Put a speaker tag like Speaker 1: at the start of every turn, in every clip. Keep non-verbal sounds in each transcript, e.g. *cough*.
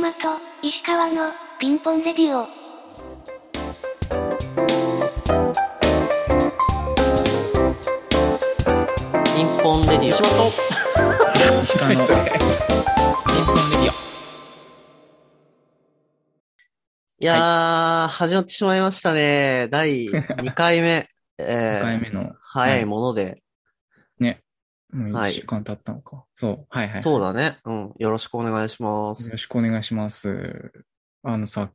Speaker 1: マと、石川の、ピンポンレディオ。
Speaker 2: ピンポンレディオ。吉本。
Speaker 3: 石川のピンポンレディ
Speaker 2: いやー、始まってしまいましたね。第2回
Speaker 3: *laughs*
Speaker 2: 目。
Speaker 3: オ
Speaker 2: えー
Speaker 3: 2回目の。
Speaker 2: 早いもので、
Speaker 3: ね。もう
Speaker 2: は
Speaker 3: 1
Speaker 2: い
Speaker 3: 週間経ったのか。そう。はいはい。
Speaker 2: そうだね。うん。よろしくお願いしま
Speaker 3: よ
Speaker 2: す。
Speaker 3: ろしくお願いします。あのさ、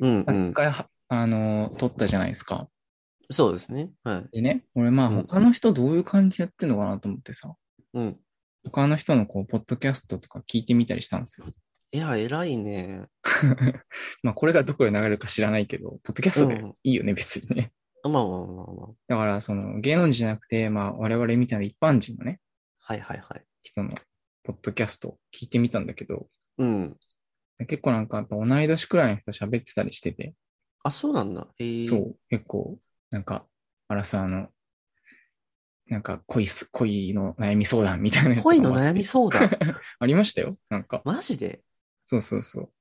Speaker 2: うんう
Speaker 3: 一
Speaker 2: ん。
Speaker 3: 回は、あの、撮ったじゃないですか。
Speaker 2: そうですね。はい。
Speaker 3: でね、俺まあ
Speaker 2: うん
Speaker 3: 他の人どういう感じでやってんのかなと思ってさ、
Speaker 2: うん。
Speaker 3: 他の人のこう、ポッドキャストとか聞いてみたりしたんですよ。 *laughs*
Speaker 2: いや、偉いね。
Speaker 3: まあこれがどこで流れるか知らないけど、ポッドキャストで
Speaker 2: うん
Speaker 3: いいよね、別にね。
Speaker 2: まあまあまあまあ。
Speaker 3: だから、その芸能人じゃなくて、まあ我々みたいな一般人のね、
Speaker 2: はいはいはい。
Speaker 3: 人のポッドキャストを聞いてみたんだけど、
Speaker 2: うん。
Speaker 3: 結構なんかやっぱ同い年くらいの人喋ってたりしてて、
Speaker 2: あ、そうなんだ。へー
Speaker 3: そ。う、結構、なんか、あらさ、あの、なんか恋す、恋の悩み相談みたいなやつとか
Speaker 2: 恋の
Speaker 3: もあっ
Speaker 2: 悩み相
Speaker 3: *laughs*
Speaker 2: 談。
Speaker 3: ありましたよ。なんか、
Speaker 2: マジで
Speaker 3: そうそうそう。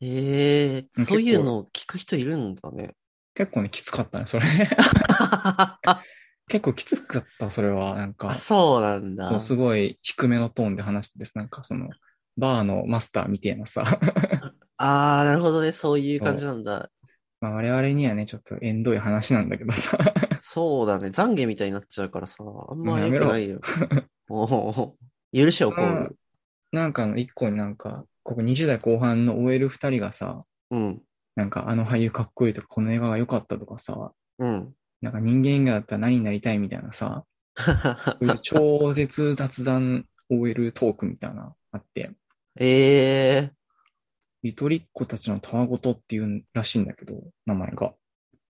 Speaker 2: へえ
Speaker 3: うん
Speaker 2: そういうのを聞く人いるんだね。
Speaker 3: 結構ね、きつかったね、それ *laughs* ね。
Speaker 2: あ、
Speaker 3: 結構きつかった、それは。なんか、
Speaker 2: *laughs* そうなん
Speaker 3: そ
Speaker 2: だ
Speaker 3: う。すごい低めのトーンで話してです。なんか、その、バーのマスターみたいなさ、 *laughs*
Speaker 2: ああ、なるほどね。そういう感じなんだ。
Speaker 3: まあ我々にはね、ちょっと縁遠い話なんだけどさ、 *laughs*
Speaker 2: そうだね。懺悔みたいになっちゃうからさ、あん
Speaker 3: も
Speaker 2: ま
Speaker 3: うや
Speaker 2: 良
Speaker 3: め
Speaker 2: く
Speaker 3: ろ
Speaker 2: ないよ。
Speaker 3: *laughs*
Speaker 2: おお許しをこう。
Speaker 3: なんかあの一個になんか、ここ20代後半の OL 二人がさ、
Speaker 2: うん。
Speaker 3: なんかあの俳優かっこいいとか、この映画が良かったとかさ、
Speaker 2: うん。 *laughs*
Speaker 3: なんか人間以外だったら何になりたいみたいなさ、そういう超絶雑談 OL トークみたいなのあって、
Speaker 2: ええー、
Speaker 3: ゆとりっ子たちのたわごとっていうらしいんだけど、名前が。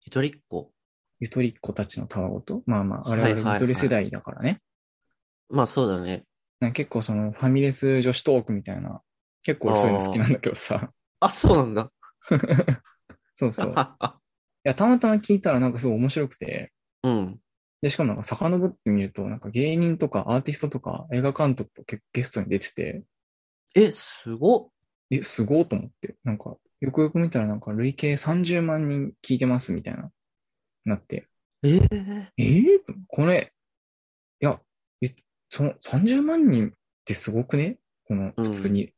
Speaker 2: 一人っ子。
Speaker 3: ゆとりっ子たちのたわごとまあまあ、
Speaker 2: はいはい
Speaker 3: 我々ゆとり世代だからね。
Speaker 2: まあそうだね。
Speaker 3: なんか結構そのファミレス女子トークみたいな、結構俺そういうの好きなんだけどさ、
Speaker 2: あ、そうなんだ。
Speaker 3: そうそう。い
Speaker 2: あ
Speaker 3: や、たまたま聞いたらなんかすごい面白くて、
Speaker 2: *laughs* うん。
Speaker 3: で、しかもなんか遡ってみると、なんか芸人とかアーティストとか映画監督と結構ゲストに出てて、
Speaker 2: え、すごっ。
Speaker 3: え、すごいと思って。なんか、よくよく見たらなんか累計30万人聞いてますみたいな、なって。
Speaker 2: ええ
Speaker 3: えー、これ、いや、えその30万人ってすごくねこの
Speaker 2: うん
Speaker 3: 普通に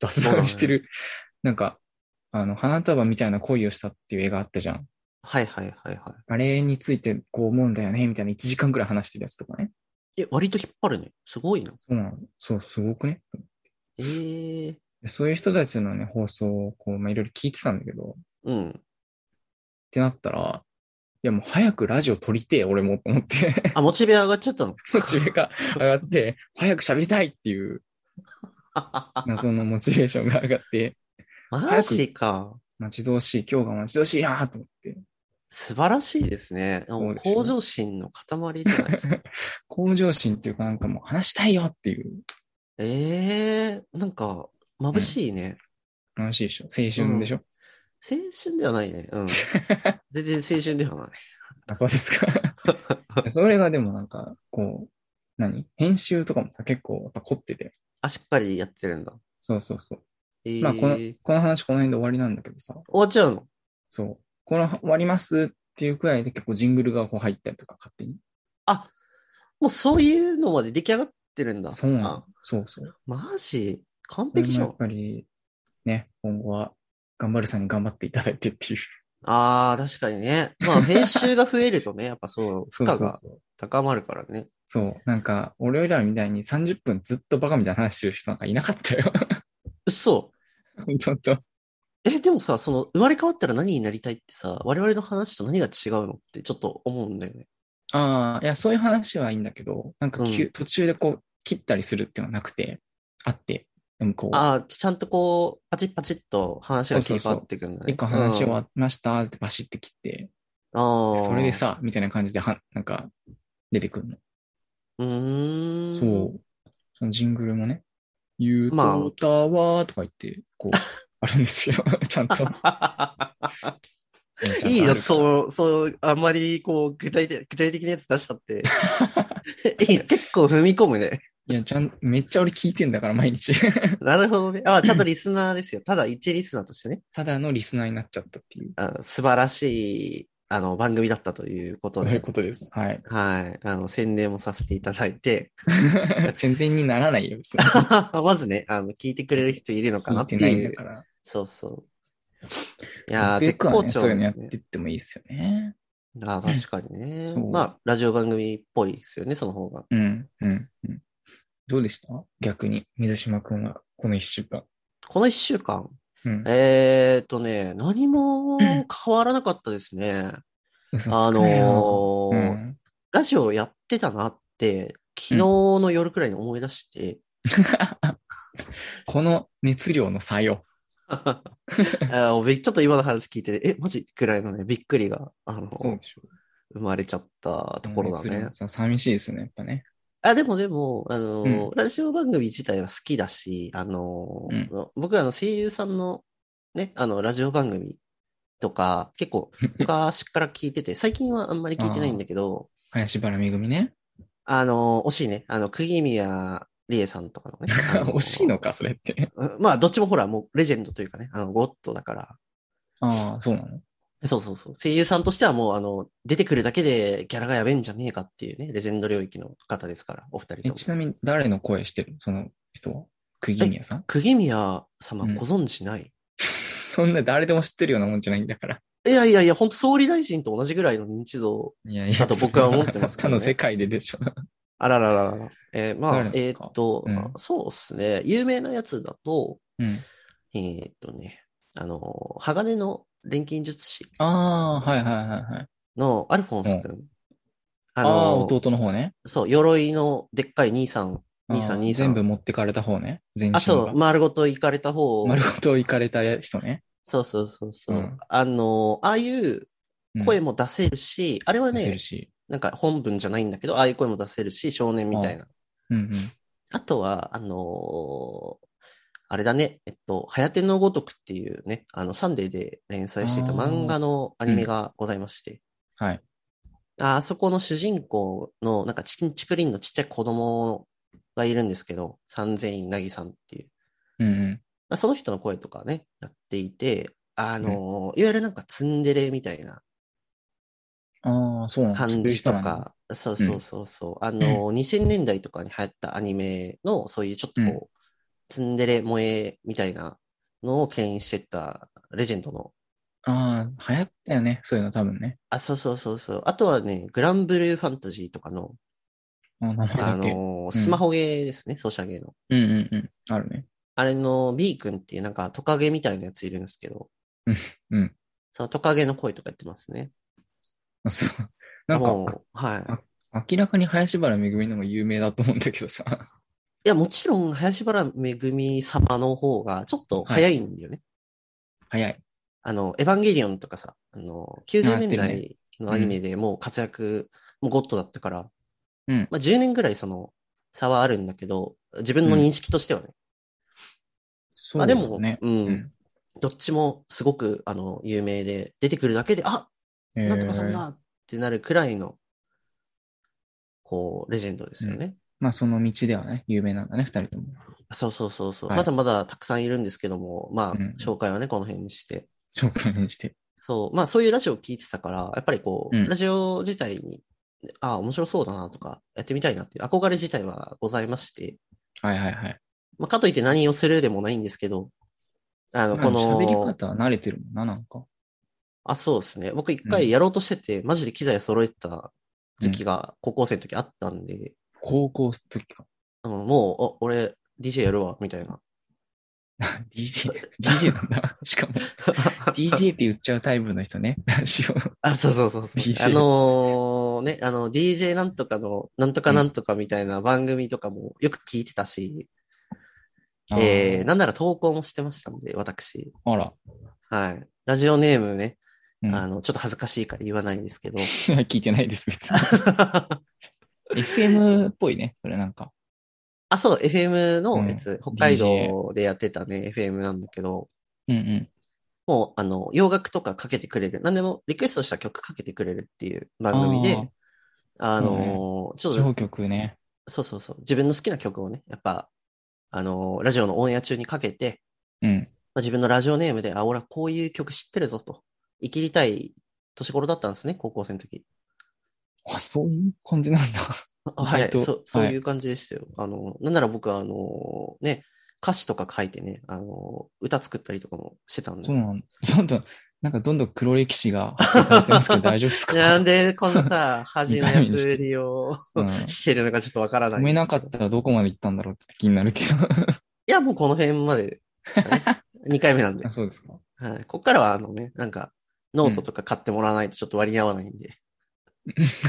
Speaker 3: 雑談してる、なんか、あの、花束みたいな恋をしたっていう映画あったじゃん。
Speaker 2: はいはいはいは
Speaker 3: あれについてこう思うんだよねみたいな1時間くらい話してるやつとかね。
Speaker 2: い。え、割と引っ張るね。すごいな。
Speaker 3: そうなの。そう、すごくね。
Speaker 2: ええー、
Speaker 3: でそういう人たちのね、放送をこう、まあ、いろいろ聞いてたんだけど、
Speaker 2: うん。
Speaker 3: ってなったら、いやもう早くラジオ撮りてえ、俺もと思って、 *laughs*
Speaker 2: あ、モチベ上がっちゃったの。
Speaker 3: モチベが上がって、早く喋りたいっていう
Speaker 2: *laughs*
Speaker 3: 謎のモチベーションが上がって、
Speaker 2: マジか。
Speaker 3: 待ち遠しい、今日が待ち遠しいなと思って、
Speaker 2: 素晴らしいですね。
Speaker 3: うですね
Speaker 2: 向上心の塊じゃないです
Speaker 3: *laughs*
Speaker 2: か。
Speaker 3: 向上心っていうかなんかもう話したいよっていう
Speaker 2: ええー、なんか、眩しいね。
Speaker 3: 話でしょ。青春でしょ。
Speaker 2: 青春ではないね。
Speaker 3: *laughs*
Speaker 2: うん。全然青春ではない。
Speaker 3: あ、そうですか。
Speaker 2: *laughs*
Speaker 3: それがでもなんか、こう、何編集とかもさ、結構やっぱ凝ってて。
Speaker 2: あ、しっかりやってるんだ。
Speaker 3: そうそうそう。
Speaker 2: えー、
Speaker 3: まあこの、この話この辺で終わりなんだけどさ、
Speaker 2: 終わっちゃうの
Speaker 3: そう。この終わりますっていうくらいで結構ジングルがこう入ったりとか勝手に。
Speaker 2: あ、もうそういうのまで出来上がってるんだ。
Speaker 3: そうな
Speaker 2: あ
Speaker 3: の。そうそう。
Speaker 2: マジ完
Speaker 3: それ
Speaker 2: 璧
Speaker 3: も
Speaker 2: じゃ
Speaker 3: やっ
Speaker 2: ん。
Speaker 3: ぱり、ね、今後は、頑張るさんに頑張っていただいてっていう。
Speaker 2: ああ、確かにね。まあ、編集が増えるとね、やっぱそう、負荷
Speaker 3: *laughs* *laughs* そう
Speaker 2: が
Speaker 3: そうそう。
Speaker 2: 高まるからね。
Speaker 3: そう。なんか、俺らみたいに30分ずっとバカみたいな話してる人なんかいなかったよ。 *laughs*
Speaker 2: 嘘。
Speaker 3: ちょっと。
Speaker 2: え、でもさ、その、生まれ変わったら何になりたいってさ、我々の話と何が違うのってちょっと思うんだよね。
Speaker 3: ああ、いや、そういう話はいいんだけど、なんか急、
Speaker 2: う
Speaker 3: 途中でこう、切ったりするっていうのはなくて、あって、でもこう、
Speaker 2: ああ、ちゃんとこう、パチッパチッと話が切り替わっていくんだね。
Speaker 3: 一個話終わ
Speaker 2: っ
Speaker 3: りましたってバシって切って、
Speaker 2: ああ。
Speaker 3: それで。さ、みたいな感じでは、なんか、出てくるの。
Speaker 2: うーん。
Speaker 3: そう。そのジングルもね、ゆうと
Speaker 2: まあ
Speaker 3: たわーとか言って、こ
Speaker 2: *laughs*
Speaker 3: う、あるんですよ。 *laughs* ちゃんと。
Speaker 2: *laughs* いいな、
Speaker 3: う。
Speaker 2: そう、そう、あん
Speaker 3: *laughs*
Speaker 2: まり、こう、具体的、具体的なやつ出しちゃって。いいな、結構踏み込むね。
Speaker 3: いや、ちゃん、めっちゃ俺聞いてんだから、毎日。 *laughs*
Speaker 2: なるほどね。あ、ちゃんとリスナーですよ。ただ一リスナーとしてね。
Speaker 3: ただのリスナーになっちゃったっていう。
Speaker 2: あ素晴らしい、あの、番組だったということ
Speaker 3: そういう
Speaker 2: で。
Speaker 3: ことです。はい。 *laughs*
Speaker 2: はい。あの、宣伝もさせていただいて。
Speaker 3: 宣伝にならないよ、別に。
Speaker 2: *laughs* まずね、あの、聞いてくれる人いるのかな
Speaker 3: 聞い
Speaker 2: って
Speaker 3: てないん
Speaker 2: い
Speaker 3: だ
Speaker 2: う。
Speaker 3: から。
Speaker 2: そうそう。いやー、絶
Speaker 3: 僕は
Speaker 2: 好
Speaker 3: ね、
Speaker 2: 調
Speaker 3: そういう
Speaker 2: で
Speaker 3: のやっ
Speaker 2: す
Speaker 3: て
Speaker 2: ね。
Speaker 3: ってもいいですよね。
Speaker 2: あー確かにね
Speaker 3: う。んそう
Speaker 2: まあ、ラジオ番組っぽいですよね、その方が。
Speaker 3: うん、うん、うん。どうでした逆に、水島くんは、この一週間。
Speaker 2: この一週間、
Speaker 3: うん。
Speaker 2: えーっとね、何も変わらなかったですね。
Speaker 3: 嘘
Speaker 2: あ
Speaker 3: つく
Speaker 2: の
Speaker 3: な
Speaker 2: ー
Speaker 3: ようん、 *laughs*
Speaker 2: ラジオやってたなって、昨日の夜くらいに思い出して、
Speaker 3: この熱量の差よ。
Speaker 2: *laughs* あのびちょっと今の話聞いて、え、マジくらいのね、びっくりが、あの、
Speaker 3: そうでしょ。
Speaker 2: 生まれちゃったところだ
Speaker 3: 熱量
Speaker 2: ね
Speaker 3: の。差寂しいですよね、やっぱね。
Speaker 2: あ、でもでも、あの、
Speaker 3: うん
Speaker 2: ラジオ番組自体は好きだし、あの、
Speaker 3: うん
Speaker 2: 僕はあの声優さんのね、あの、ラジオ番組とか、結
Speaker 3: *laughs*
Speaker 2: 構昔から聞いてて、最近はあんまり聞いてないんだけど、
Speaker 3: 林原めぐ
Speaker 2: *laughs*
Speaker 3: みね。。
Speaker 2: あの、惜しいね、あの、釘宮理恵さんとかのねあの
Speaker 3: *laughs* 惜しいのか、それって。
Speaker 2: うんまあ、どっちもほら、もうレジェンドというかね、あの、ゴッドだから、
Speaker 3: ああ、そうなの
Speaker 2: そうそうそう。声優さんとしてはもう、あの、出てくるだけでギャラがやべえんじゃねえかっていうね、レジェンド領域の方ですから、お二人
Speaker 3: え
Speaker 2: と
Speaker 3: ちな
Speaker 2: も。
Speaker 3: みに誰の声してるその人は釘宮さん *laughs*
Speaker 2: 釘宮様
Speaker 3: うん
Speaker 2: ご存知ない、
Speaker 3: そんな誰でも知ってるようなもんじゃないんだから。
Speaker 2: いやいやいや、本当総理大臣と同じぐらいの認知度。
Speaker 3: いやいや。
Speaker 2: だと僕は思ってますけ
Speaker 3: 他
Speaker 2: どね
Speaker 3: の世界で
Speaker 2: *laughs*
Speaker 3: でしょ。
Speaker 2: あららららら。えーま
Speaker 3: 誰な
Speaker 2: あ
Speaker 3: ん、で
Speaker 2: え
Speaker 3: す
Speaker 2: ー
Speaker 3: か
Speaker 2: っと、
Speaker 3: うん
Speaker 2: あそうですね。有名なやつだと、
Speaker 3: うん。
Speaker 2: えーっとね、あの、鋼の錬金術師
Speaker 3: ああ、はいはいはいはい。
Speaker 2: のアルフォンス君。あ
Speaker 3: あ
Speaker 2: の
Speaker 3: あー、弟の方ね。
Speaker 2: そう、鎧のでっかい兄さん。
Speaker 3: あー
Speaker 2: 兄さん兄さん
Speaker 3: 全部持ってかれた方ね。全身が
Speaker 2: あ、そう、丸ごと行かれた方。
Speaker 3: 丸ごと行かれた人ね。
Speaker 2: そうそうそうそう。
Speaker 3: うん
Speaker 2: あの、ああいう声
Speaker 3: も
Speaker 2: も出せるし、あれは
Speaker 3: 出せ
Speaker 2: ね
Speaker 3: る、し。
Speaker 2: なんか本文じゃないんだけど、ああいう声も出せるし、少年みたいな。
Speaker 3: うんうん。
Speaker 2: あとは、あのーあれだね、えっと、はやてのごとくっていうね、あの、サンデーで連載していた
Speaker 3: あー
Speaker 2: 漫画のアニメがございまして、
Speaker 3: はい。
Speaker 2: ああそこの主人公の、なんか、チンチクリンのちっちゃい子供がいるんですけど、三千院なぎさんっていう。
Speaker 3: うんうん。
Speaker 2: まあその人の声とかね、やっていて、あのーいわゆるなんかツンデレみたいな
Speaker 3: ああ、そうなんだ
Speaker 2: 感じと。
Speaker 3: そういう人なんだ
Speaker 2: か、そうそうそうそう、あのー、2000年代とかに流行ったアニメの、そういうちょっとこう、
Speaker 3: うん
Speaker 2: ツンデレ萌えみたいなのを牽引してったレジェンドの、
Speaker 3: ああ、流行ったよね。そういうの多分ね。
Speaker 2: あ、そうそうそうそう、あとはね、グランブルーファンタジーとかの、
Speaker 3: あー名前
Speaker 2: あ
Speaker 3: だ
Speaker 2: の
Speaker 3: け。
Speaker 2: ースマホゲーですね、ソシャゲの。
Speaker 3: うんうんうん。あるね。 *laughs*
Speaker 2: あれの B 君っていうなんかトカゲみたいなやついるんですけど
Speaker 3: うんうん、
Speaker 2: そのトカゲの声とかやってますね。
Speaker 3: あそう。なん
Speaker 2: も
Speaker 3: か、
Speaker 2: う、はい。
Speaker 3: 明らかに林原めぐみの方が有名だと思うんだけどさ。 *laughs*
Speaker 2: いや、もちろん、林原めぐみ様の方が、ちょっと早いんだよね。
Speaker 3: 早い。
Speaker 2: あの、エヴァンゲリオンとかさ、あの、90年
Speaker 3: なってる
Speaker 2: 代のアニメでもう活躍、もうゴッドだったから、
Speaker 3: うん
Speaker 2: まあ、10年ぐらいその、差はあるんだけど、自分の認識としてはね。
Speaker 3: そ
Speaker 2: まあでも、
Speaker 3: ね。
Speaker 2: うん、
Speaker 3: うん
Speaker 2: どっちもすごく、あの、有名で、出てくるだけで、あなんとかさん
Speaker 3: えー
Speaker 2: だってなるくらいの、こう、レジェンドですよね。
Speaker 3: まあその道ではね、有名なんだね、二人とも。
Speaker 2: そうそうそうそう。
Speaker 3: はい
Speaker 2: まだまだたくさんいるんですけども、まあ、
Speaker 3: うん
Speaker 2: 紹介はね、この辺にして。
Speaker 3: 紹介にして。
Speaker 2: そう、まあそういうラジオを聞いてたから、やっぱりこう、
Speaker 3: うん
Speaker 2: ラジオ自体に、ああ、面白そうだなとか、やってみたいなっていう憧れ自体はございまして、
Speaker 3: はいはいはい。
Speaker 2: まあ、かといって何をするでもないんですけど、あの、
Speaker 3: まあ
Speaker 2: この、
Speaker 3: 喋り方は慣れてるもんな、なんか。
Speaker 2: あ、そうですね。僕一回やろうとしてて、マジで機材揃えてた時期が高校生の時あったんで、
Speaker 3: 高校の時か。 *laughs*
Speaker 2: うんもう、あ俺、DJ やるわ、みたいな。 *laughs*
Speaker 3: DJ、DJ なんだ。 *laughs* しかも、DJ って言っちゃうタイプの人ね。ラジオ。
Speaker 2: あ、そうそうそうそう。
Speaker 3: DJ
Speaker 2: あのーね、あの、DJ なんとかの、なんとかなんとかみたいな番組とかもよく聞いてたし、えー、なんなら投稿もしてましたので、私。
Speaker 3: あら。
Speaker 2: はい。ラジオネームね、
Speaker 3: うん
Speaker 2: あの、ちょっと恥ずかしいから言わないんですけど。*laughs*
Speaker 3: *laughs* 聞いてないです、別に。FM っぽいね、それなんか。
Speaker 2: あ、そう、FM のやつ、
Speaker 3: うん
Speaker 2: 北海道でやってたね、FM なんだけど、
Speaker 3: うんうん。
Speaker 2: もう、あの、洋楽とかかけてくれる、何でもリクエストした曲かけてくれるっていう番組で、あのーちょっ
Speaker 3: 地
Speaker 2: と
Speaker 3: 方局ね。
Speaker 2: そうそうそう。自分の好きな曲をね、やっぱ、あのーラジオのオンエア中にかけて、
Speaker 3: うん。
Speaker 2: まあ、自分のラジオネームで、あ、俺はこういう曲知ってるぞと。生きりたい年頃だったんですね、高校生の時。
Speaker 3: あ、そういう感じなんだ。
Speaker 2: あは
Speaker 3: 意
Speaker 2: い、
Speaker 3: 外と
Speaker 2: そう、そういう感じでしたよ。あの、なんなら僕は、あの、ね、歌詞とか書いてね、あの、歌作ったりとかもしてたんで
Speaker 3: そう。なんちょっと、なんかどんどん黒歴史が発表されてますけ
Speaker 2: *laughs*
Speaker 3: ど大丈夫ですか
Speaker 2: なんで、この
Speaker 3: *laughs*
Speaker 2: さ、恥のやすりを
Speaker 3: うん
Speaker 2: してるのかちょっとわからない
Speaker 3: 止
Speaker 2: んですけど。
Speaker 3: めなかったらどこまで行ったんだろうって気になるけ
Speaker 2: いや、もうこの辺までです
Speaker 3: *laughs*
Speaker 2: かね。2回目なんで
Speaker 3: ど。あ。そうですか。 *laughs*
Speaker 2: はい。こっからは、あのね、なんか、ノートとか買ってもらわないとちょっと割に合わないんで。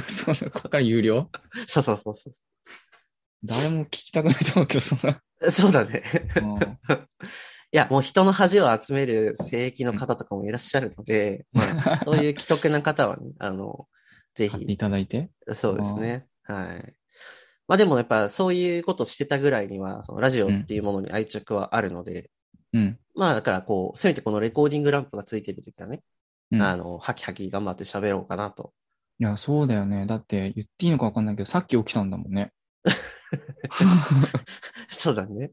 Speaker 3: そうだ、こっから有料
Speaker 2: *laughs* そうそうそうそ
Speaker 3: 誰も聞きたくないと思うけど、そんな。
Speaker 2: う。そうだね。
Speaker 3: うん
Speaker 2: いや、もう人の恥を集める聖域の方とかもいらっしゃるので、まあ、そういう既得な方はね、あの、ぜ
Speaker 3: *laughs* 買ってい
Speaker 2: ひ、
Speaker 3: ただいて。
Speaker 2: そうですね。はい。まあでもやっぱそういうことしてたぐらいには、そのラジオっていうものに愛着はあるので、
Speaker 3: うん。
Speaker 2: まあだからこう、せめてこのレコーディングランプがついてる時はね、
Speaker 3: うん
Speaker 2: あの、ハキハキ頑張って喋ろうかなと。 *laughs*
Speaker 3: いや、そうだよね。だって言っていいのかわかんないけど、さっき起きたんだもんね。
Speaker 2: *laughs* そうだね。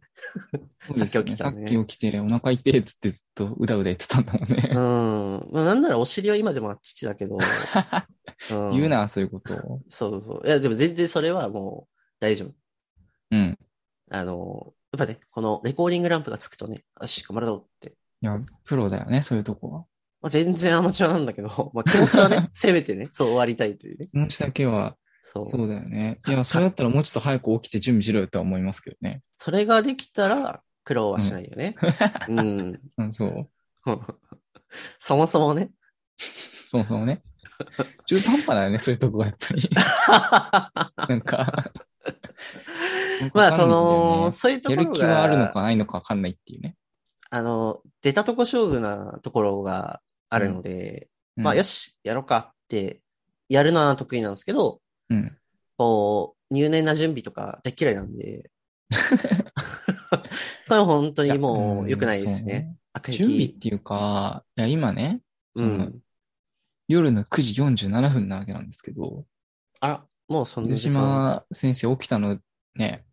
Speaker 3: そうですよ
Speaker 2: さっき起
Speaker 3: ね
Speaker 2: きたね
Speaker 3: さっき起きて、お腹痛いっつってずっとうだうだ言ってたんだもん
Speaker 2: う
Speaker 3: ね。
Speaker 2: ん。まあ、なんならお尻は今でもあっちちだけ
Speaker 3: *laughs*
Speaker 2: ど。うん
Speaker 3: 言う。な、そういうことを。
Speaker 2: そうそうそう。いや、でも全然それはもう大丈夫。
Speaker 3: うん。
Speaker 2: あの、やっぱね、このレコーディングランプがつくとね、よし、頑張るぞって。
Speaker 3: いや、プロだよね、そういうとこは。
Speaker 2: まあ、全然アマチュアなんだけど、 *laughs* まあ、気持ちは
Speaker 3: *laughs*
Speaker 2: ね、せめてね、そう終わりたいというね。
Speaker 3: 気持ちだけは、
Speaker 2: そう。
Speaker 3: そうだよね。いや、それだったらもうちょっと早く起きて準備しろよとは思いますけどね。
Speaker 2: それができたら、苦労はしないよね。うん。
Speaker 3: うん、そう。
Speaker 2: そもそも
Speaker 3: *laughs*
Speaker 2: ね。
Speaker 3: そもそもね。中途半端だよね、そういうとこがやっぱり。 *laughs* なんか、
Speaker 2: まあ、
Speaker 3: わ
Speaker 2: そ
Speaker 3: かんないんだよ
Speaker 2: の、
Speaker 3: ね
Speaker 2: そういうとこ
Speaker 3: や
Speaker 2: ろが。
Speaker 3: る気はあるのかないのかわかんないっていうね。
Speaker 2: あの、出たとこ勝負なところがあるので、
Speaker 3: うん
Speaker 2: まあ、よし、やろうかって、やるのは得意なんですけど、
Speaker 3: うん。
Speaker 2: こう、入念な準備とか大嫌いなん
Speaker 3: *laughs*
Speaker 2: で、これ本当
Speaker 3: いや
Speaker 2: にも
Speaker 3: ん
Speaker 2: う良くないで
Speaker 3: そ
Speaker 2: す
Speaker 3: う
Speaker 2: ね。悪
Speaker 3: 準備っ
Speaker 2: 役。
Speaker 3: ていうか、いや、今ね、
Speaker 2: う
Speaker 3: その
Speaker 2: ん。
Speaker 3: 夜の9時47分なわけなんですけど、
Speaker 2: あら、もうそんな
Speaker 3: 水
Speaker 2: 時間。
Speaker 3: 島先生起きたのね、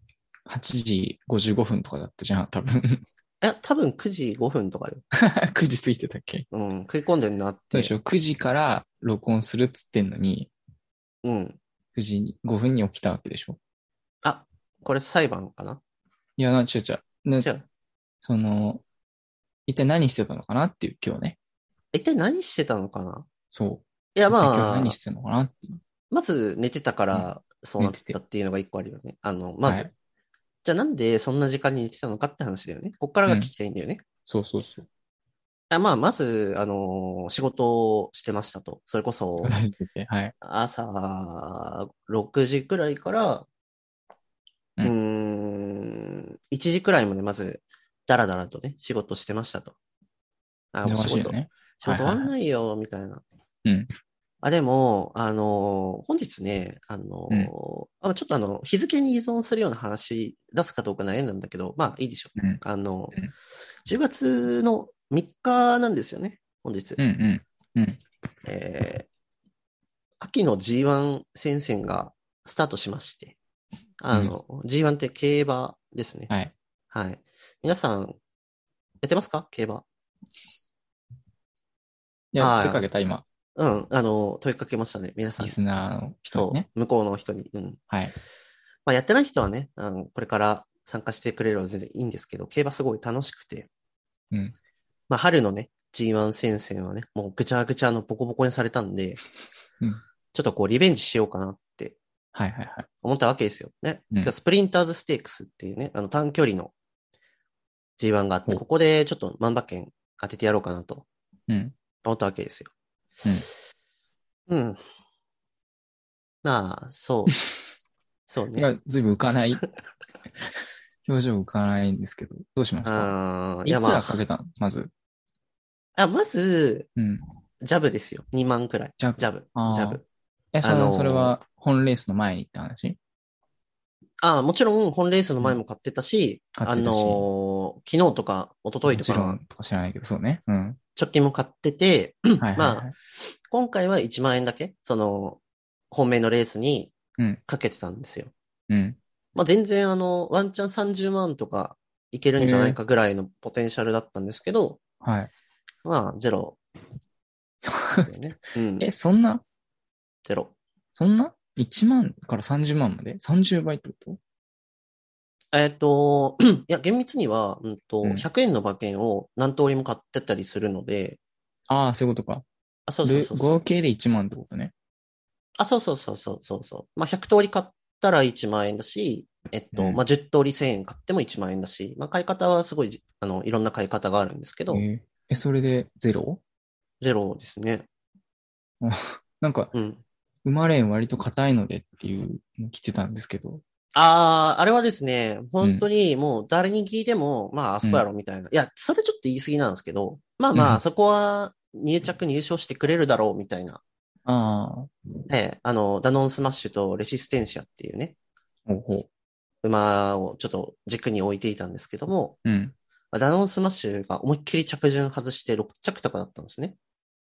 Speaker 3: 8時55分とかだったじゃん、多分。 *laughs*
Speaker 2: え、多分9時5分とかで。
Speaker 3: 9時過ぎてたっけ
Speaker 2: うん、食い込んでるなっ
Speaker 3: そう
Speaker 2: て。
Speaker 3: でしょ、9時から録音するっつってんのに、
Speaker 2: うん。
Speaker 3: 9時5分に起きたわけでしょ。
Speaker 2: あ、これ裁判かない
Speaker 3: や、な、違う違う。な
Speaker 2: 違う。
Speaker 3: その、一体何してたのかなっていう、今日ね。
Speaker 2: 一体何してたのかな
Speaker 3: そう。
Speaker 2: いや、
Speaker 3: 一体今
Speaker 2: ま
Speaker 3: 日
Speaker 2: あ、
Speaker 3: 何してたのかなっていう。
Speaker 2: まず寝てたから、そうなったっていうのが一個あるよね。あの、まず、
Speaker 3: はい
Speaker 2: じゃあなんでそんな時間に寝てたのかって話だよね。こっからが聞きたいんだよね。
Speaker 3: そうそ
Speaker 2: *laughs*
Speaker 3: うそう。
Speaker 2: あまあ、まず、あのー仕事をしてましたと。それこ
Speaker 3: *laughs*
Speaker 2: そ、
Speaker 3: 私ってて、はい。
Speaker 2: 朝6時くらいから、う
Speaker 3: う
Speaker 2: ー
Speaker 3: ん
Speaker 2: ん、1時くらいまでまず、だらだらとね、仕事してましたと。あ、
Speaker 3: 忙
Speaker 2: お仕
Speaker 3: しいよ
Speaker 2: 事、
Speaker 3: ね。
Speaker 2: 仕事終わんないよ、みたいな。
Speaker 3: うん
Speaker 2: あ、でも、あのー本日ね、あのー
Speaker 3: うん
Speaker 2: あちょっとあの、日付に依存するような話出すかどうか悩んだんだけど、まあいいでしょう。
Speaker 3: うん
Speaker 2: あの
Speaker 3: うん
Speaker 2: 10月の3日なんですよね、本日。
Speaker 3: うんうん。
Speaker 2: えー秋の G1 戦線がスタートしまして、あの、G1 って競馬ですね。
Speaker 3: はい。
Speaker 2: はい。皆さん、やってますか競馬。
Speaker 3: いや、
Speaker 2: はい
Speaker 3: 手かけた、今。
Speaker 2: うん、あの、問いかけましたね、皆さん
Speaker 3: リ。スナーの人
Speaker 2: そ
Speaker 3: に
Speaker 2: う、
Speaker 3: ね。
Speaker 2: 向こうの人に。うん。
Speaker 3: はい。
Speaker 2: まあ、やってない人はね、あの、これから参加してくれれば全然いいんですけど、競馬すごい楽しくて。
Speaker 3: うん
Speaker 2: まあ、春のね、G1 戦線はね、もうぐちゃぐちゃのボコボコにされたんで、
Speaker 3: うん
Speaker 2: ちょっとこう、リベンジしようかなって
Speaker 3: はいはいはい。
Speaker 2: 思ったわけですよ。ね。
Speaker 3: うん
Speaker 2: スプリンターズステークスっていうね、あの短距離の G1 があって、
Speaker 3: ほう
Speaker 2: ここでちょっと万馬券当ててやろうかなと
Speaker 3: うん。
Speaker 2: 思ったわけですよ。うん。まあ、
Speaker 3: *laughs*
Speaker 2: そう。そう
Speaker 3: 手
Speaker 2: ね。
Speaker 3: がずいぶん浮
Speaker 2: *laughs*
Speaker 3: かない。表情浮かないんですけど、どうしました
Speaker 2: あーい
Speaker 3: い
Speaker 2: や
Speaker 3: く
Speaker 2: ま
Speaker 3: ら
Speaker 2: あ
Speaker 3: かけたのまず。
Speaker 2: あ、まず、
Speaker 3: うん。
Speaker 2: ジャブですよ。2万くらい。
Speaker 3: ジャブ
Speaker 2: ジャブ。
Speaker 3: あー
Speaker 2: ジャブ。
Speaker 3: え、そ
Speaker 2: あの
Speaker 3: の、
Speaker 2: ー
Speaker 3: それは本レースの前にって話
Speaker 2: ああ、もちろん、本レースの前も買ってたし、
Speaker 3: 買
Speaker 2: あ
Speaker 3: ってたし
Speaker 2: のー昨日とか、一昨日
Speaker 3: も
Speaker 2: と
Speaker 3: ちろ
Speaker 2: か
Speaker 3: ん、とか知らないけど、そうね。
Speaker 2: *clears throat*
Speaker 3: うん。
Speaker 2: 直近も買ってて、
Speaker 3: はいはい
Speaker 2: ま
Speaker 3: は
Speaker 2: あ
Speaker 3: い。、
Speaker 2: 今回は1万円だけ、その、本命のレースに
Speaker 3: うん
Speaker 2: かけてたんですよ。
Speaker 3: うん。
Speaker 2: まあ、全然あの、ワンチャン30万とかいけるんじゃないかぐらいのポテンシャルだったんですけど、
Speaker 3: はい。 *laughs*
Speaker 2: まあ、ゼロ
Speaker 3: そ
Speaker 2: だよね。うん、
Speaker 3: え、そんな、
Speaker 2: ゼロ。
Speaker 3: そんな ?1 万から30万まで ?30 倍ってこと
Speaker 2: えっ、と、 *clears throat* いや、厳密には、うんと、
Speaker 3: うん
Speaker 2: 100円の馬券を何通りも買ってったりするので、
Speaker 3: ああ、そういうことか。
Speaker 2: あ、そうそう
Speaker 3: で
Speaker 2: そうそう
Speaker 3: 合計で1万ってことね。
Speaker 2: あ、そうそうそうそうそうそう。まあ、100通り買ったら1万円だし、えっと、
Speaker 3: うん
Speaker 2: まあ、10通り1000円買っても1万円だし、まあ、買い方はすごいじ、あの、いろんな買い方があるんですけ
Speaker 3: え
Speaker 2: ど、
Speaker 3: ーえ、それでゼロ
Speaker 2: ゼロですね。
Speaker 3: なんか、
Speaker 2: うん。
Speaker 3: 馬連割と硬いのでっていうの来てたんですけど。
Speaker 2: ああ、あれはですね、本当にもう誰に聞いても、まあ、あそこやろみたいな。いや、それちょっと言い過ぎなんですけど、まあま
Speaker 3: うん
Speaker 2: あ、そこは入着入賞してくれるだろうみたいな。
Speaker 3: ああ、
Speaker 2: ええ、あの、ダノンスマッシュとレシステンシアっていうね、
Speaker 3: ほうほう。
Speaker 2: 馬をちょっと軸に置いていたんですけども、
Speaker 3: うん。
Speaker 2: まあダノンスマッシュが思いっきり着順外して6着とかだったんですね。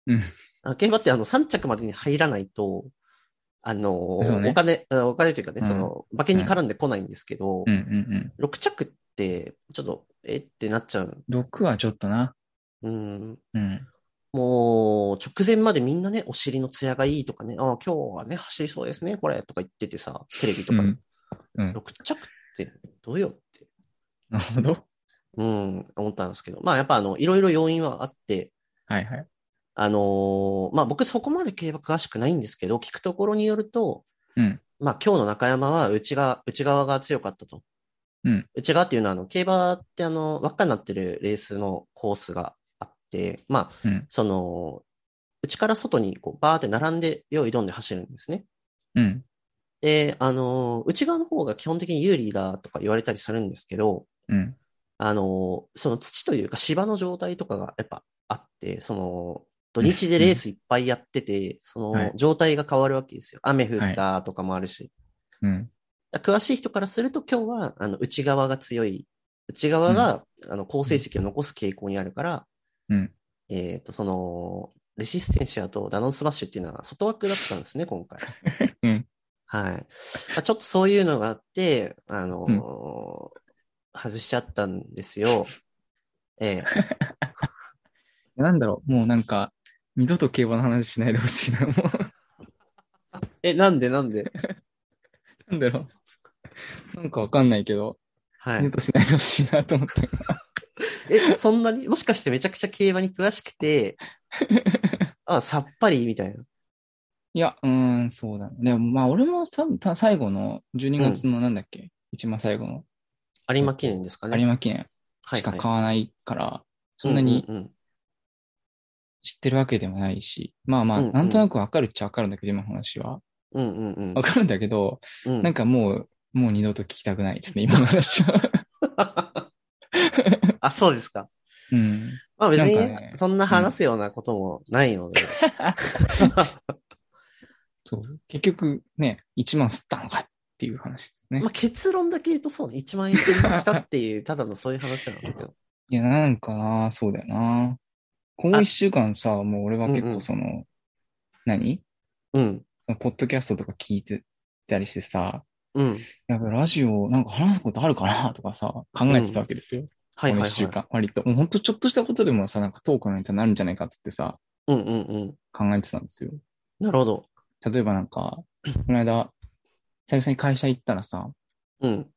Speaker 3: うん
Speaker 2: あ。競馬ってあの3着までに入らないと、あの、
Speaker 3: そうね
Speaker 2: お金、あお金というかね、
Speaker 3: うん
Speaker 2: その、馬券に絡んでこないんですけど、
Speaker 3: うんうん
Speaker 2: 6着って、ちょっと、えってなっちゃう。
Speaker 3: うん。6はちょっとな。
Speaker 2: うん。
Speaker 3: うん。
Speaker 2: もう、直前までみんなね、お尻の艶がいいとかね、ああ、今日はね、走りそうですね、これ、とか言っててさ、テレビと
Speaker 3: う
Speaker 2: かで。
Speaker 3: ん。うん。
Speaker 2: 6着ってどうよって、
Speaker 3: *laughs* なるほど。
Speaker 2: うん、思ったんですけど、まあやっぱあの、いろいろ要因はあって、
Speaker 3: はいはい。
Speaker 2: あのーまあ僕そこまで競馬詳しくないんですけど、聞くところによると、
Speaker 3: うん
Speaker 2: まあ今日の中山は内側、内側が強かったと。
Speaker 3: うん
Speaker 2: 内側っていうのはあの、競馬ってあの、輪っかになってるレースのコースがあって、まあ、
Speaker 3: うん
Speaker 2: その、内から外にこうバーって並んで、よいどんで走るんですね。
Speaker 3: うん。
Speaker 2: で、あのー内側の方が基本的に有利だとか言われたりするんですけど、
Speaker 3: うん。
Speaker 2: あの、その土というか芝の状態とかがやっぱあって、その、土日でレースいっぱいやってて、そ
Speaker 3: はい
Speaker 2: の状態が変わるわけですよ。雨降ったとかもあるし。
Speaker 3: うん。
Speaker 2: だから詳しい人からすると今日は、あの、内側が強い。内側が、あの、好成績を残す傾向にあるから、
Speaker 3: うん
Speaker 2: えっと、その、レシステンシアとダノンスマッシュっていうのは外枠だったんですね、今回。
Speaker 3: *laughs* うん
Speaker 2: はい。まあちょっとそういうのがあって、あのー外しちゃったんですよ。ええ
Speaker 3: *laughs* なんだろう。もうなんか、二度と競馬の話しないでほしいな。も
Speaker 2: え、なんでなんで
Speaker 3: う、なんだろう。なんかわかんないけど、
Speaker 2: は
Speaker 3: 二
Speaker 2: い
Speaker 3: 度。としないでほしいなと思って。
Speaker 2: え、そんなにもしかしてめちゃくちゃ競馬に詳しく
Speaker 3: *laughs*
Speaker 2: て、あ、さっぱりみたいな。
Speaker 3: いや、うーん、そうだね。でも、まあ、俺も多分た最後の12月のなんだっけ、一番最後の
Speaker 2: 有馬記念ですかね。
Speaker 3: 有馬記念
Speaker 2: はい
Speaker 3: しか
Speaker 2: はい
Speaker 3: 買わないから、そんなに
Speaker 2: うんうんうん
Speaker 3: 知ってるわけでもないし、まあまあ、
Speaker 2: うんうん
Speaker 3: なんとなくわかるっちゃわかるんだけど、今の話は。
Speaker 2: うんうん
Speaker 3: わかるんだけど、
Speaker 2: うん。
Speaker 3: なんかもう、もう二度と聞きたくないですね、今の話は。
Speaker 2: か。 *laughs* あ、そうですか。
Speaker 3: うん。
Speaker 2: まあ別に、
Speaker 3: なんかね
Speaker 2: そんな話すようなこともないので。
Speaker 3: そう。結局、ね、1万吸ったのかっていう話です
Speaker 2: *laughs*
Speaker 3: ね
Speaker 2: まあ。結論だけ言うとそうね、1万円すりましたっていう、ただのそういう話なんですけ
Speaker 3: *laughs*
Speaker 2: ど。
Speaker 3: いや、なんかな、そうだよな。この一週間さ、もう俺は結
Speaker 2: うんう
Speaker 3: 構
Speaker 2: ん
Speaker 3: その、何
Speaker 2: うん。
Speaker 3: そのポッドキャストとか聞いてたりしてさ、
Speaker 2: うん。
Speaker 3: やっぱラジオなんか話すことあるかなとかさ、考えてたわけですよ。
Speaker 2: はいはい
Speaker 3: こ
Speaker 2: は
Speaker 3: の
Speaker 2: い。
Speaker 3: 一週間、割と。もうほんとちょっとしたことでもさ、なんかトークのネタになるんじゃないかっつってさ、
Speaker 2: うんうんうん。
Speaker 3: 考えてたんですよ。
Speaker 2: なるほど。
Speaker 3: 例えばな
Speaker 2: *laughs*
Speaker 3: んか、この間、久々に会社行ったらさ、
Speaker 2: うん。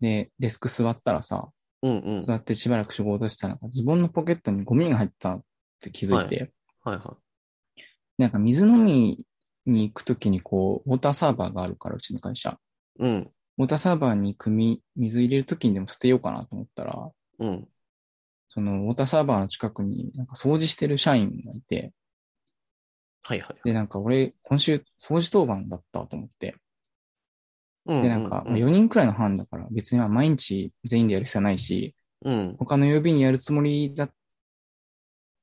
Speaker 3: で、デスク座ったらさ、
Speaker 2: うんうん。
Speaker 3: 座ってしばらく仕事してたら、なんかズボンのポケットにゴミが入ってたって気づいて、
Speaker 2: はいは
Speaker 3: なんか水飲みに行くときにこう、ウォーターサーバーがあるから、うちの会社。
Speaker 2: い。うん。
Speaker 3: ウォーターサーバーに組み、水入れるときにでも捨てようかなと思ったら、
Speaker 2: うん。
Speaker 3: そのウォーターサーバーの近くになんか掃除してる社員がいて、
Speaker 2: はいはい。
Speaker 3: で、なんか俺、今週掃除当番だったと思って、
Speaker 2: うん
Speaker 3: で、なんか
Speaker 2: うん
Speaker 3: 4人くらいの班だから別にまあ毎日全員でやる必要ないし、
Speaker 2: うん。
Speaker 3: 他の曜日にやるつもりだっ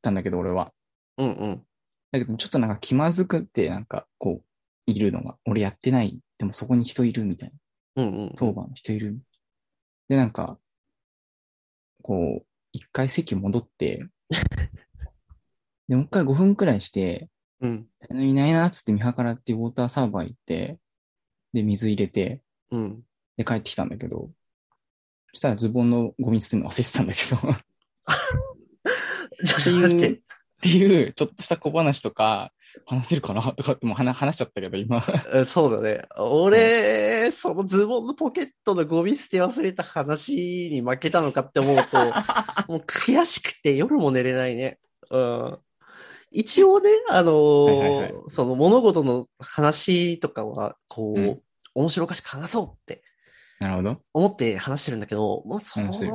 Speaker 3: たんだけど、俺は。
Speaker 2: うんうん。
Speaker 3: だけど、ちょっとなんか気まずくって、なんかこう、いるのが、俺やってない、でもそこに人いるみたいな、
Speaker 2: うんうん。
Speaker 3: 当番の人いる。で、なんか、こう、一回席戻って、で、もう一回5分くらいして、
Speaker 2: うん。
Speaker 3: 誰もいないなっつって見計らってウォーターサーバー行って、で、水入れて、
Speaker 2: うん。
Speaker 3: で、帰ってきたんだけど、そしたらズボンのゴミ捨てるの忘れてたんだけど、っ
Speaker 2: ちょってと *laughs* 待っ。
Speaker 3: いう、ってていう、ちょっとした小話とか、話せるかなとかってもう話話しちゃったけど、今。
Speaker 2: うんそうだね。俺、そのズボンのポケットのゴミ捨て忘れた話に負けたのかって思う
Speaker 3: *laughs*
Speaker 2: と、もう悔しくて夜も寝れないね。うん、一応ね、あのー
Speaker 3: はいはいはい
Speaker 2: その物事の話とかは、こう、
Speaker 3: うん
Speaker 2: 面白おかしく話そうって
Speaker 3: なるほど。
Speaker 2: 思って話してるんだけど、もうそ
Speaker 3: 面白い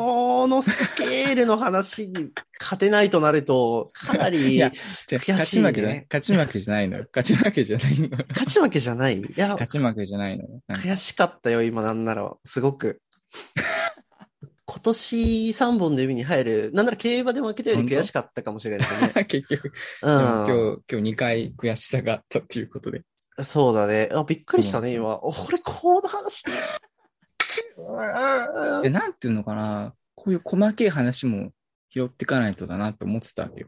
Speaker 2: のスケールの話に勝てないとなると、かないり
Speaker 3: や、じゃ
Speaker 2: 悔
Speaker 3: 勝
Speaker 2: し
Speaker 3: ち
Speaker 2: いね
Speaker 3: 負けじゃない。勝ち負けじゃない *laughs* のよ。勝ち負けじゃないのよ。
Speaker 2: 勝ち負けじゃない。いや、
Speaker 3: 勝ち負けじゃないのよ。なんか
Speaker 2: 悔しかったよ、今なんなら。すごく。 *laughs* 今年3本の指に入る、なんなら競馬で負けたより悔しかったかもしれない
Speaker 3: *laughs*
Speaker 2: ね。
Speaker 3: 結局、
Speaker 2: う
Speaker 3: でも
Speaker 2: ん。
Speaker 3: 今日、今日2回悔しさがあったっていうことで。
Speaker 2: そうだね。あ、びっくりしたね、
Speaker 3: そう
Speaker 2: 今。お俺、この話。う
Speaker 3: え、
Speaker 2: ーん
Speaker 3: なんていうのかな、こういう細けい話も拾っていかないとだなと思ってたわけよ。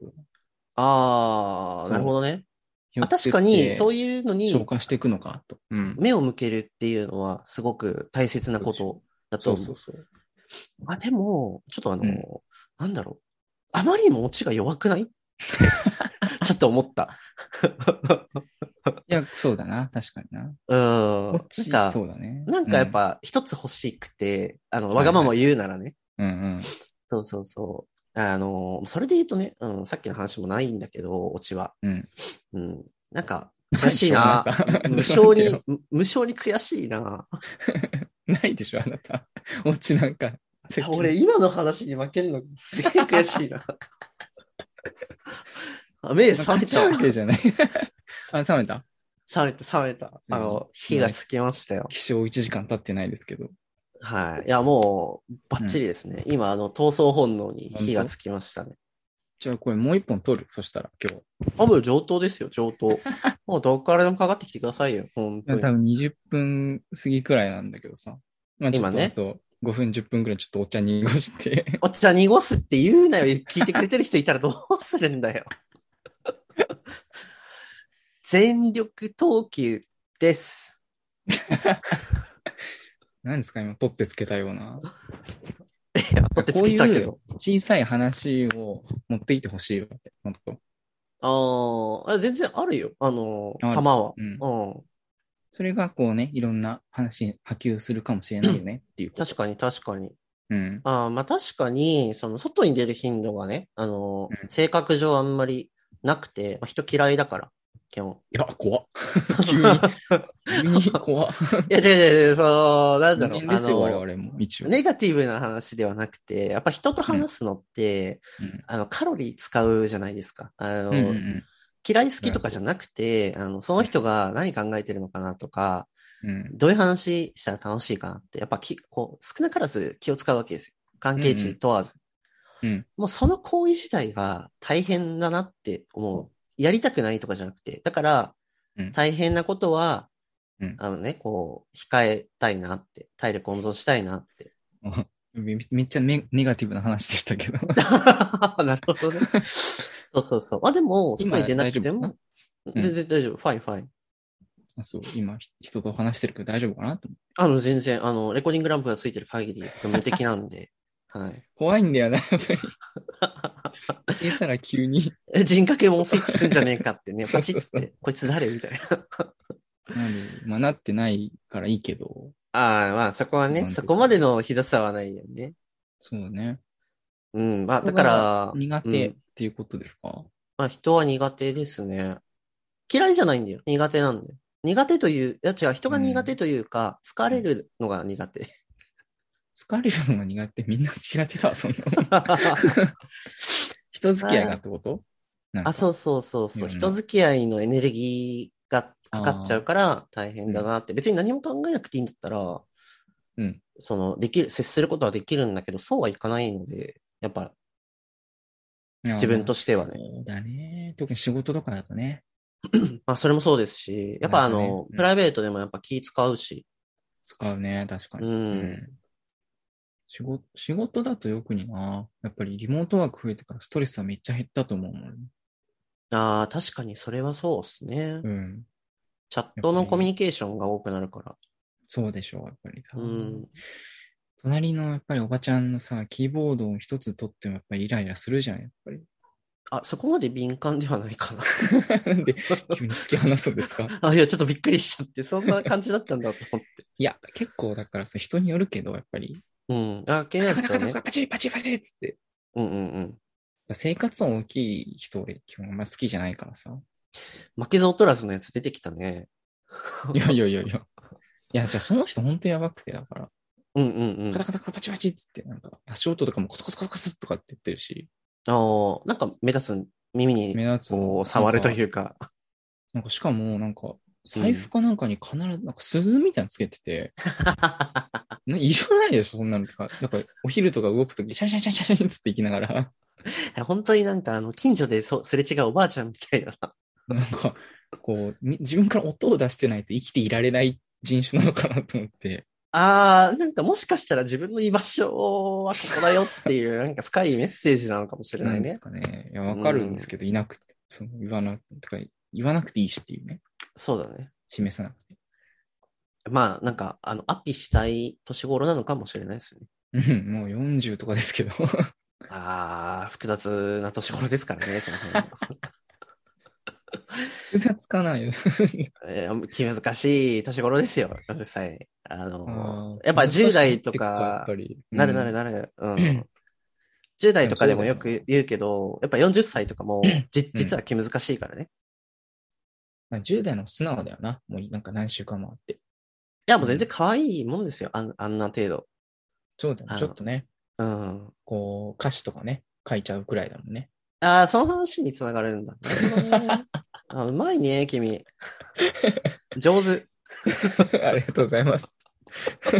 Speaker 2: あ *laughs*
Speaker 3: そ
Speaker 2: あ、な
Speaker 3: う
Speaker 2: るほどね。
Speaker 3: 拾
Speaker 2: あ
Speaker 3: ってって
Speaker 2: 確かに、そういうの
Speaker 3: 消
Speaker 2: に
Speaker 3: 化していくのかと。うん。
Speaker 2: 目を向けるっていうのは、すごく大切なことだと
Speaker 3: そう
Speaker 2: 思
Speaker 3: そうう。そう。
Speaker 2: まあ、でも、ちょっとあの、
Speaker 3: うん
Speaker 2: なんだろう。あまりにもオチが弱くない *laughs* ちょっと思った。
Speaker 3: いや、そうだな。確かにな。
Speaker 2: うん。な
Speaker 3: こ
Speaker 2: ん
Speaker 3: っち、
Speaker 2: か、
Speaker 3: そうだね。
Speaker 2: なんかやっ、ぱ一つ欲しくて、あの、わがまま言うならね。
Speaker 3: うん、うんうん
Speaker 2: そうそうそう。あの、それで言うとね、うん、さっきの話もないんだけど、オチは。
Speaker 3: うん。
Speaker 2: うん。なんか、悔しいな。
Speaker 3: *laughs*
Speaker 2: 無償に、無無償に悔しいな。
Speaker 3: *laughs* ないでしょ、あなた。 *laughs* おちなんか。
Speaker 2: いや俺、今の話に負けるのすげえ悔しいな。 *laughs* あ目覚
Speaker 3: 勝
Speaker 2: め
Speaker 3: ち
Speaker 2: た。
Speaker 3: 負けじゃない。 *laughs* あ、冷めた
Speaker 2: 冷めた、冷めた。あの、火がつきましたよ。
Speaker 3: 起床1時間経ってないですけど。
Speaker 2: はい。いや、もう、バッチリですね。今、あの、闘争本能に火がつきましたね。
Speaker 3: じゃあ、これもう一本取る。そしたら、今日。
Speaker 2: あ、もう上等ですよ、上等。もうどっからでもかかってきてくださいよ、本
Speaker 3: ま
Speaker 2: 当
Speaker 3: あ
Speaker 2: に。
Speaker 3: 多分20分過ぎくらいなんだけどさ。まあ、ちょっ
Speaker 2: 今
Speaker 3: と
Speaker 2: ね
Speaker 3: あと5分、10分くらいちょっとお茶濁して。 *laughs*
Speaker 2: お茶濁すって言うなよ。聞いてくれてる人いたらどうするんだよ。全力投球です。
Speaker 3: 何ですか今、取ってつけたような。
Speaker 2: いや、取ってつけたけど。
Speaker 3: 小さい話を持ってきてほしいわけ。もっと。
Speaker 2: あーあ、全然あるよ。あの、
Speaker 3: ある
Speaker 2: 球は。
Speaker 3: うん
Speaker 2: うん。
Speaker 3: それがこうね、いろんな話に波及するかもしれないよねっていうこと。
Speaker 2: 確かに、確かに。
Speaker 3: うん。
Speaker 2: ああ、まあ確かに、その、外に出る頻度がね、あの、
Speaker 3: うん
Speaker 2: 性格上あんまりなくて、まあ、人嫌いだから、基本。
Speaker 3: いや、怖っ。 *laughs* 急に、急に *laughs* 怖っ。
Speaker 2: いや、違う違う違う、そう、なんだろう。
Speaker 3: 人間ですよ、
Speaker 2: あの
Speaker 3: 我々も、一応。
Speaker 2: ネガティブな話ではなくて、やっぱ人と話すのって、
Speaker 3: うん
Speaker 2: あの、カロリー使うじゃないですか。あの、
Speaker 3: うんうんうん
Speaker 2: 嫌い好きとかじゃなくて、あの、その人が何考えてるのかなとか、
Speaker 3: うん
Speaker 2: どういう話したら楽しいかなって、やっぱき、こう、少なからず気を使うわけですよ。関係値問わず。
Speaker 3: うんうん
Speaker 2: もうその行為自体が大変だなって思う。やりたくないとかじゃなくて。だから
Speaker 3: うん、
Speaker 2: 大変なことは、
Speaker 3: うん
Speaker 2: あのね、こう、控えたいなって、体力温存したいなって
Speaker 3: めめっちゃネネガティブな話でしたけど。 *laughs*
Speaker 2: *laughs* なるほどね。そうそうそう。あ、でも、
Speaker 3: 今
Speaker 2: 外に出なくて
Speaker 3: 大丈
Speaker 2: も、
Speaker 3: うん
Speaker 2: 全然大丈夫。ファインファイン。
Speaker 3: あそう、今、ひ人と話してるけど大丈夫かなと思って
Speaker 2: あの、全然、あの、レコーディングランプがついてる限り、無敵なん
Speaker 3: *laughs*
Speaker 2: で。はい。
Speaker 3: 怖いんだよな、やっぱ
Speaker 2: *laughs*
Speaker 3: り。消えたら急に。
Speaker 2: え人格もスイッチすんじゃねえかって
Speaker 3: *laughs*
Speaker 2: ね、
Speaker 3: そう
Speaker 2: パチ
Speaker 3: そ
Speaker 2: ッて、
Speaker 3: うそう
Speaker 2: こいつ誰みたいな。 *laughs*
Speaker 3: なる。まあ、なってないからいいけど。
Speaker 2: ああ、まあ、そこは
Speaker 3: なん
Speaker 2: ね、
Speaker 3: て
Speaker 2: そこまでのひどさはないよね。
Speaker 3: そうだね。
Speaker 2: うん、まあ、だから、
Speaker 3: 苦
Speaker 2: う
Speaker 3: 手っ
Speaker 2: ん
Speaker 3: ていうことですか、
Speaker 2: まあ、人は苦手ですね。嫌いじゃないんだよ。苦手なんだよ。苦手という、いや違う、人が苦手というか、疲れるのが苦
Speaker 3: *laughs*
Speaker 2: 手。
Speaker 3: 疲れるのが苦手。みんな苦手だわ、そんなもん
Speaker 2: *laughs*
Speaker 3: 人付き合いがってこと。
Speaker 2: あ、そううそうそうそう。
Speaker 3: うん
Speaker 2: 人付き合いのエネルギーがかかっちゃうから大変だなって。別に何も考えなくていいんだったら、
Speaker 3: うん
Speaker 2: その、できる、接することはできるんだけど、そうはいかないので、やっぱ、自分としてはね
Speaker 3: そうだね。特に仕事とかだとね。
Speaker 2: まあ、それもそうですし、やっぱあ
Speaker 3: なんかね
Speaker 2: の、
Speaker 3: うん
Speaker 2: プライベートでもやっぱ気使うし、
Speaker 3: 使うね、確かに。
Speaker 2: うん
Speaker 3: 仕事仕事だとよくにな、やっぱりリモートワーク増えてからストレスはめっちゃ減ったと思うもん。
Speaker 2: ああ、確かにそれはそうですね。
Speaker 3: うん。
Speaker 2: チャットのコミュニケーションが多くなるから。
Speaker 3: そうでしょう、やっぱり。
Speaker 2: うん。
Speaker 3: 隣のやっぱりおばちゃんのさ、キーボードを一つ取ってもやっぱりイライラするじゃん、やっぱり。
Speaker 2: あ、そこまで敏感ではないかな。
Speaker 3: なん *laughs* で急に突き放すんですか
Speaker 2: あ、いや、ちょっとびっくりしちゃって、そんな感じだったんだと思って。
Speaker 3: いや、結構だからさ、人によるけど、やっぱり。
Speaker 2: うん。あ、気にな
Speaker 3: カ
Speaker 2: る
Speaker 3: タ
Speaker 2: と
Speaker 3: カタカ *laughs*
Speaker 2: ね
Speaker 3: タ。パチパチパチっつって。
Speaker 2: うんうんうん。
Speaker 3: 生活音大きい人俺基本あんま好きじゃないからさ。
Speaker 2: 負けず劣らずのやつ出てきたね。
Speaker 3: いやいやいやいや。いや、じゃあその人本当やばくて、だから。
Speaker 2: うんうんうん。
Speaker 3: カ
Speaker 2: あ
Speaker 3: タカタカタパチパチっつって、なんか足音とかもコツコツコツコツとかって言ってるし、
Speaker 2: ーなんか目立つ、耳に
Speaker 3: 目立つ。
Speaker 2: こう触ると
Speaker 3: う。
Speaker 2: いうか。
Speaker 3: なんかしかも、なんか、財布かなんかに必ず、なんか鈴みたいなのつけてて、ないらないでしょ、そんなのとか。なんか、お昼とか動くとき、シャンシャンシャンシャンシャンつって行きながら、
Speaker 2: *laughs* 本当になんかあの、近所でそすれ違うおばあちゃんみたいな。 *laughs*
Speaker 3: なんか、こう、み自分から音を出してないと生きていられない人種なのかなと思って。
Speaker 2: あー、なんかもしかしたら自分の居場所はここだよっていう、なんか深いメッセージなのかもしれ
Speaker 3: な
Speaker 2: なんい
Speaker 3: で
Speaker 2: ね
Speaker 3: す。かね。いや、わかるんですけど、いなくて、その言わなくて、とか言わなくていいしっていうね、
Speaker 2: そうだね。
Speaker 3: 示さなくて。
Speaker 2: まあ、なんか、あの、アピしたい年頃なのかもしれないですね。
Speaker 3: うん、もう40とかですけど。
Speaker 2: ああ、複雑な年頃ですからね、その辺
Speaker 3: 複雑かなよ。
Speaker 2: えー気難しい年頃ですよ、40歳。 *laughs* あの、
Speaker 3: あー
Speaker 2: やっぱ10代と
Speaker 3: やっ
Speaker 2: か
Speaker 3: ぱ、り。
Speaker 2: なるなる
Speaker 3: る。
Speaker 2: なる。
Speaker 3: *laughs*
Speaker 2: うん。10代とかでもよく言うけど、やっぱ40歳とかも、じ、実は気難しいからね。
Speaker 3: まあ、10代の素直だよな。もうなんか何週間もあって。
Speaker 2: いや、もう全然可愛いもんですよ、あんあんな程度。
Speaker 3: そうだ
Speaker 2: あ
Speaker 3: ね。
Speaker 2: の
Speaker 3: ちょっとね、
Speaker 2: うん。
Speaker 3: こう、歌詞とかね、書いちゃうくらいだもんね。 *laughs*
Speaker 2: ああ、その話につながるんだ。あうまいね、
Speaker 3: *laughs*
Speaker 2: 君。上手。
Speaker 3: ありがとうございます。 *laughs* そ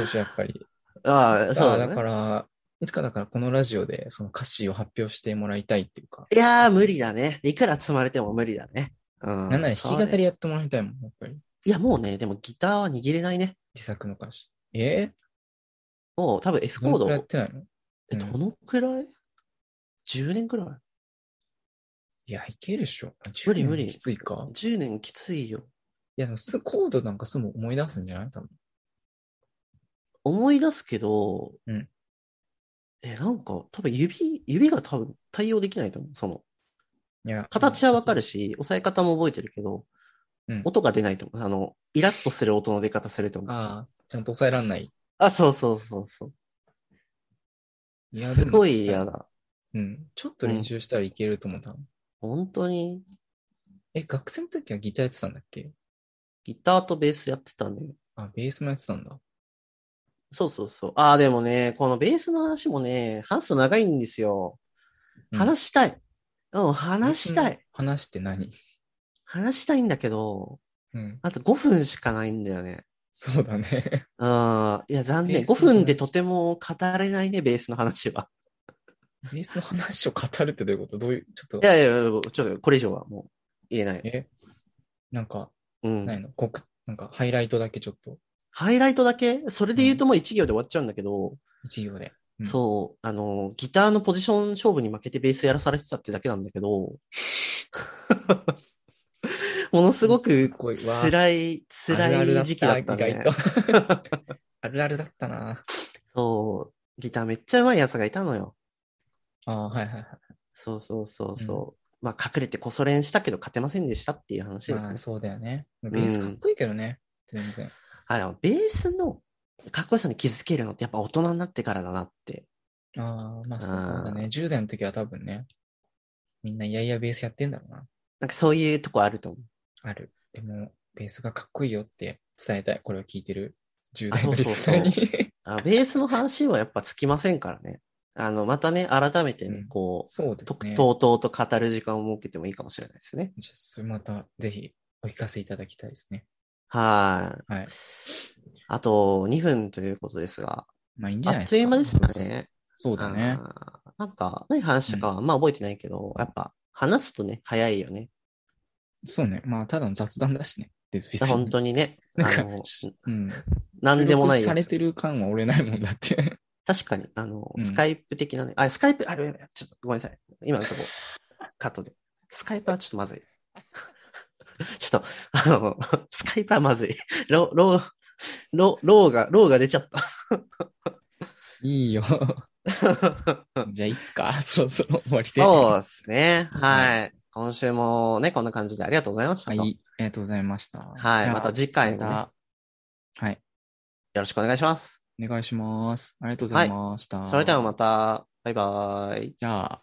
Speaker 3: うでしょ、やっぱり。
Speaker 2: ああ、そう
Speaker 3: あ
Speaker 2: だ,、ね、
Speaker 3: あだから、いつかだからこのラジオでその歌詞を発表してもらいたいっていうか、
Speaker 2: いやー、無理だね。いくら積まれても無理だね。うん。
Speaker 3: なんなら弾き
Speaker 2: そう
Speaker 3: 語り
Speaker 2: ね
Speaker 3: やってもらいたいもん、やっぱり。
Speaker 2: いや、もうね、でもギターは握れないね。
Speaker 3: 自作の歌詞。え
Speaker 2: もう多分 F
Speaker 3: ー、
Speaker 2: コ
Speaker 3: どの
Speaker 2: ー
Speaker 3: く
Speaker 2: ド、
Speaker 3: らいやってないの
Speaker 2: え、どのくらい ?10 年くらい
Speaker 3: いや、いけるでしょ。
Speaker 2: 無理無理
Speaker 3: 10きついか。
Speaker 2: ?10 年きついよ。
Speaker 3: いや、でもす、コードなんかすぐ思い出すんじゃない多分。
Speaker 2: 思い出すけど、
Speaker 3: うん
Speaker 2: え、なんか、多分指、指が多分対応できないと思う。その、
Speaker 3: いや、
Speaker 2: 形はわか
Speaker 3: る。
Speaker 2: るし、押さえ方も覚えてるけど、
Speaker 3: うん
Speaker 2: 音が出ないと思う。あの、イラッとする音の出方すると思う。あ、
Speaker 3: ああ、ちゃんと抑えらんない。
Speaker 2: そうそうそうそう。
Speaker 3: いや
Speaker 2: すごい
Speaker 3: でも
Speaker 2: 嫌だ。
Speaker 3: うん。ちょっと練習したらいけると思う、多分。
Speaker 2: 本当に、
Speaker 3: え、学生の時はギターやってたんだっけ
Speaker 2: ギターとベースやってたね。
Speaker 3: あ、ベースもやってたんだ。
Speaker 2: そうそうそう。ああ、でもね、このベースの話もね、話すの長いんですよ。
Speaker 3: うん
Speaker 2: 話したい。うん、話したい。。
Speaker 3: 話って何
Speaker 2: 話したいんだけど、
Speaker 3: うん。
Speaker 2: あと5分しかないんだよね。
Speaker 3: そうだね。 *laughs*
Speaker 2: うん。いや、残念。
Speaker 3: ベースの
Speaker 2: 5
Speaker 3: 話
Speaker 2: 分でとても語れないね、ベースの話は。
Speaker 3: ベースの話を語るってどういうことどう *laughs* いう、ちょ
Speaker 2: い
Speaker 3: っと、
Speaker 2: やいやいや、ちょっとこれ以上はもう言えない。
Speaker 3: えなんか、
Speaker 2: う
Speaker 3: ない
Speaker 2: ん。
Speaker 3: のこくなんか、ハイライトだけちょっと、
Speaker 2: ハイライトだけそれで言うともう1行で終わっちゃうんだけど、
Speaker 3: 一行で。うん
Speaker 2: そう、あの、ギターのポジション勝負に負けてベースやらされてたってだけなんだけど、 *laughs* ものすご
Speaker 3: す
Speaker 2: く
Speaker 3: ごいわ
Speaker 2: 辛い、辛い時期だった
Speaker 3: あるあ
Speaker 2: ね
Speaker 3: るだ。った意外と。あるあるだったな。
Speaker 2: そう、ギターめっちゃ上手いやつがいたのよ。
Speaker 3: ああ、はいはいはい。
Speaker 2: そうそうそうそう。まあ隠れてこそ練したけど勝てませんでしたっていう話です
Speaker 3: ま
Speaker 2: ね
Speaker 3: あ、。そうだよね。ベースかっこいいけどね。全然。
Speaker 2: あ、でもベースのかっこよさに気づけるのってやっぱ大人になってからだなって。
Speaker 3: ああ、まあそうだね。10代の時は多分ね、みんないやいやベースやってんだろうな。
Speaker 2: なんかそういうとこあると思う。
Speaker 3: ある。でも、ベースがかっこいいよって伝えたい。これを聞いてる10
Speaker 2: あ
Speaker 3: 代
Speaker 2: そ
Speaker 3: の
Speaker 2: う
Speaker 3: リ
Speaker 2: そう
Speaker 3: ス
Speaker 2: そ
Speaker 3: ナ
Speaker 2: う
Speaker 3: ーに。
Speaker 2: *laughs* あベースの話はやっぱつきませんからね。あの、またね、改めて
Speaker 3: う
Speaker 2: ね
Speaker 3: ん、
Speaker 2: こう、
Speaker 3: そうです
Speaker 2: と
Speaker 3: ね。
Speaker 2: とうとうと語る時間を設けてもいいかもしれないですね。
Speaker 3: じゃあそれまたぜひお聞かせいただきたいですね。
Speaker 2: はい。
Speaker 3: はい。
Speaker 2: あと2分ということですが、
Speaker 3: まあいいんじ
Speaker 2: あ
Speaker 3: ゃない
Speaker 2: っ
Speaker 3: です
Speaker 2: とい
Speaker 3: か。
Speaker 2: う間でした。ね。
Speaker 3: そうだね。
Speaker 2: あーなんか、何話したかは、まあ覚えてないけど、やっぱ話すとね、早いよね。
Speaker 3: そうね。まあただの雑談だしね。で別
Speaker 2: 本当にね、あ
Speaker 3: なんか
Speaker 2: の、
Speaker 3: うん。
Speaker 2: 何でもない
Speaker 3: 収
Speaker 2: や
Speaker 3: 録され
Speaker 2: つ。
Speaker 3: てる感は俺ないもんだって。 *laughs*
Speaker 2: 確かに、あの、
Speaker 3: うん
Speaker 2: スカイプ的なね、あ、スカイプ、あ、やばいやばいちょっとごめんなさい。今のとこ、カットで。スカイプはちょっとまずい。 *laughs* ちょっと、あの、スカイプはまずい。ロ、ロ、ロ、ローが、ローが出ちゃっ
Speaker 3: *laughs* いいよ。
Speaker 2: た。
Speaker 3: じゃあいいっすか *laughs* そろそろ終わりで。
Speaker 2: そう
Speaker 3: は
Speaker 2: ですね。はい。今週もね、こんな感じでありがとうございましたと。よ
Speaker 3: い。ありがとうございました。
Speaker 2: はい
Speaker 3: じゃあ
Speaker 2: また次回もね
Speaker 3: またはい。
Speaker 2: ろしくお願いします。
Speaker 3: お願いします。ありがとうございました。
Speaker 2: それではまた、バイバイ。
Speaker 3: じゃあ。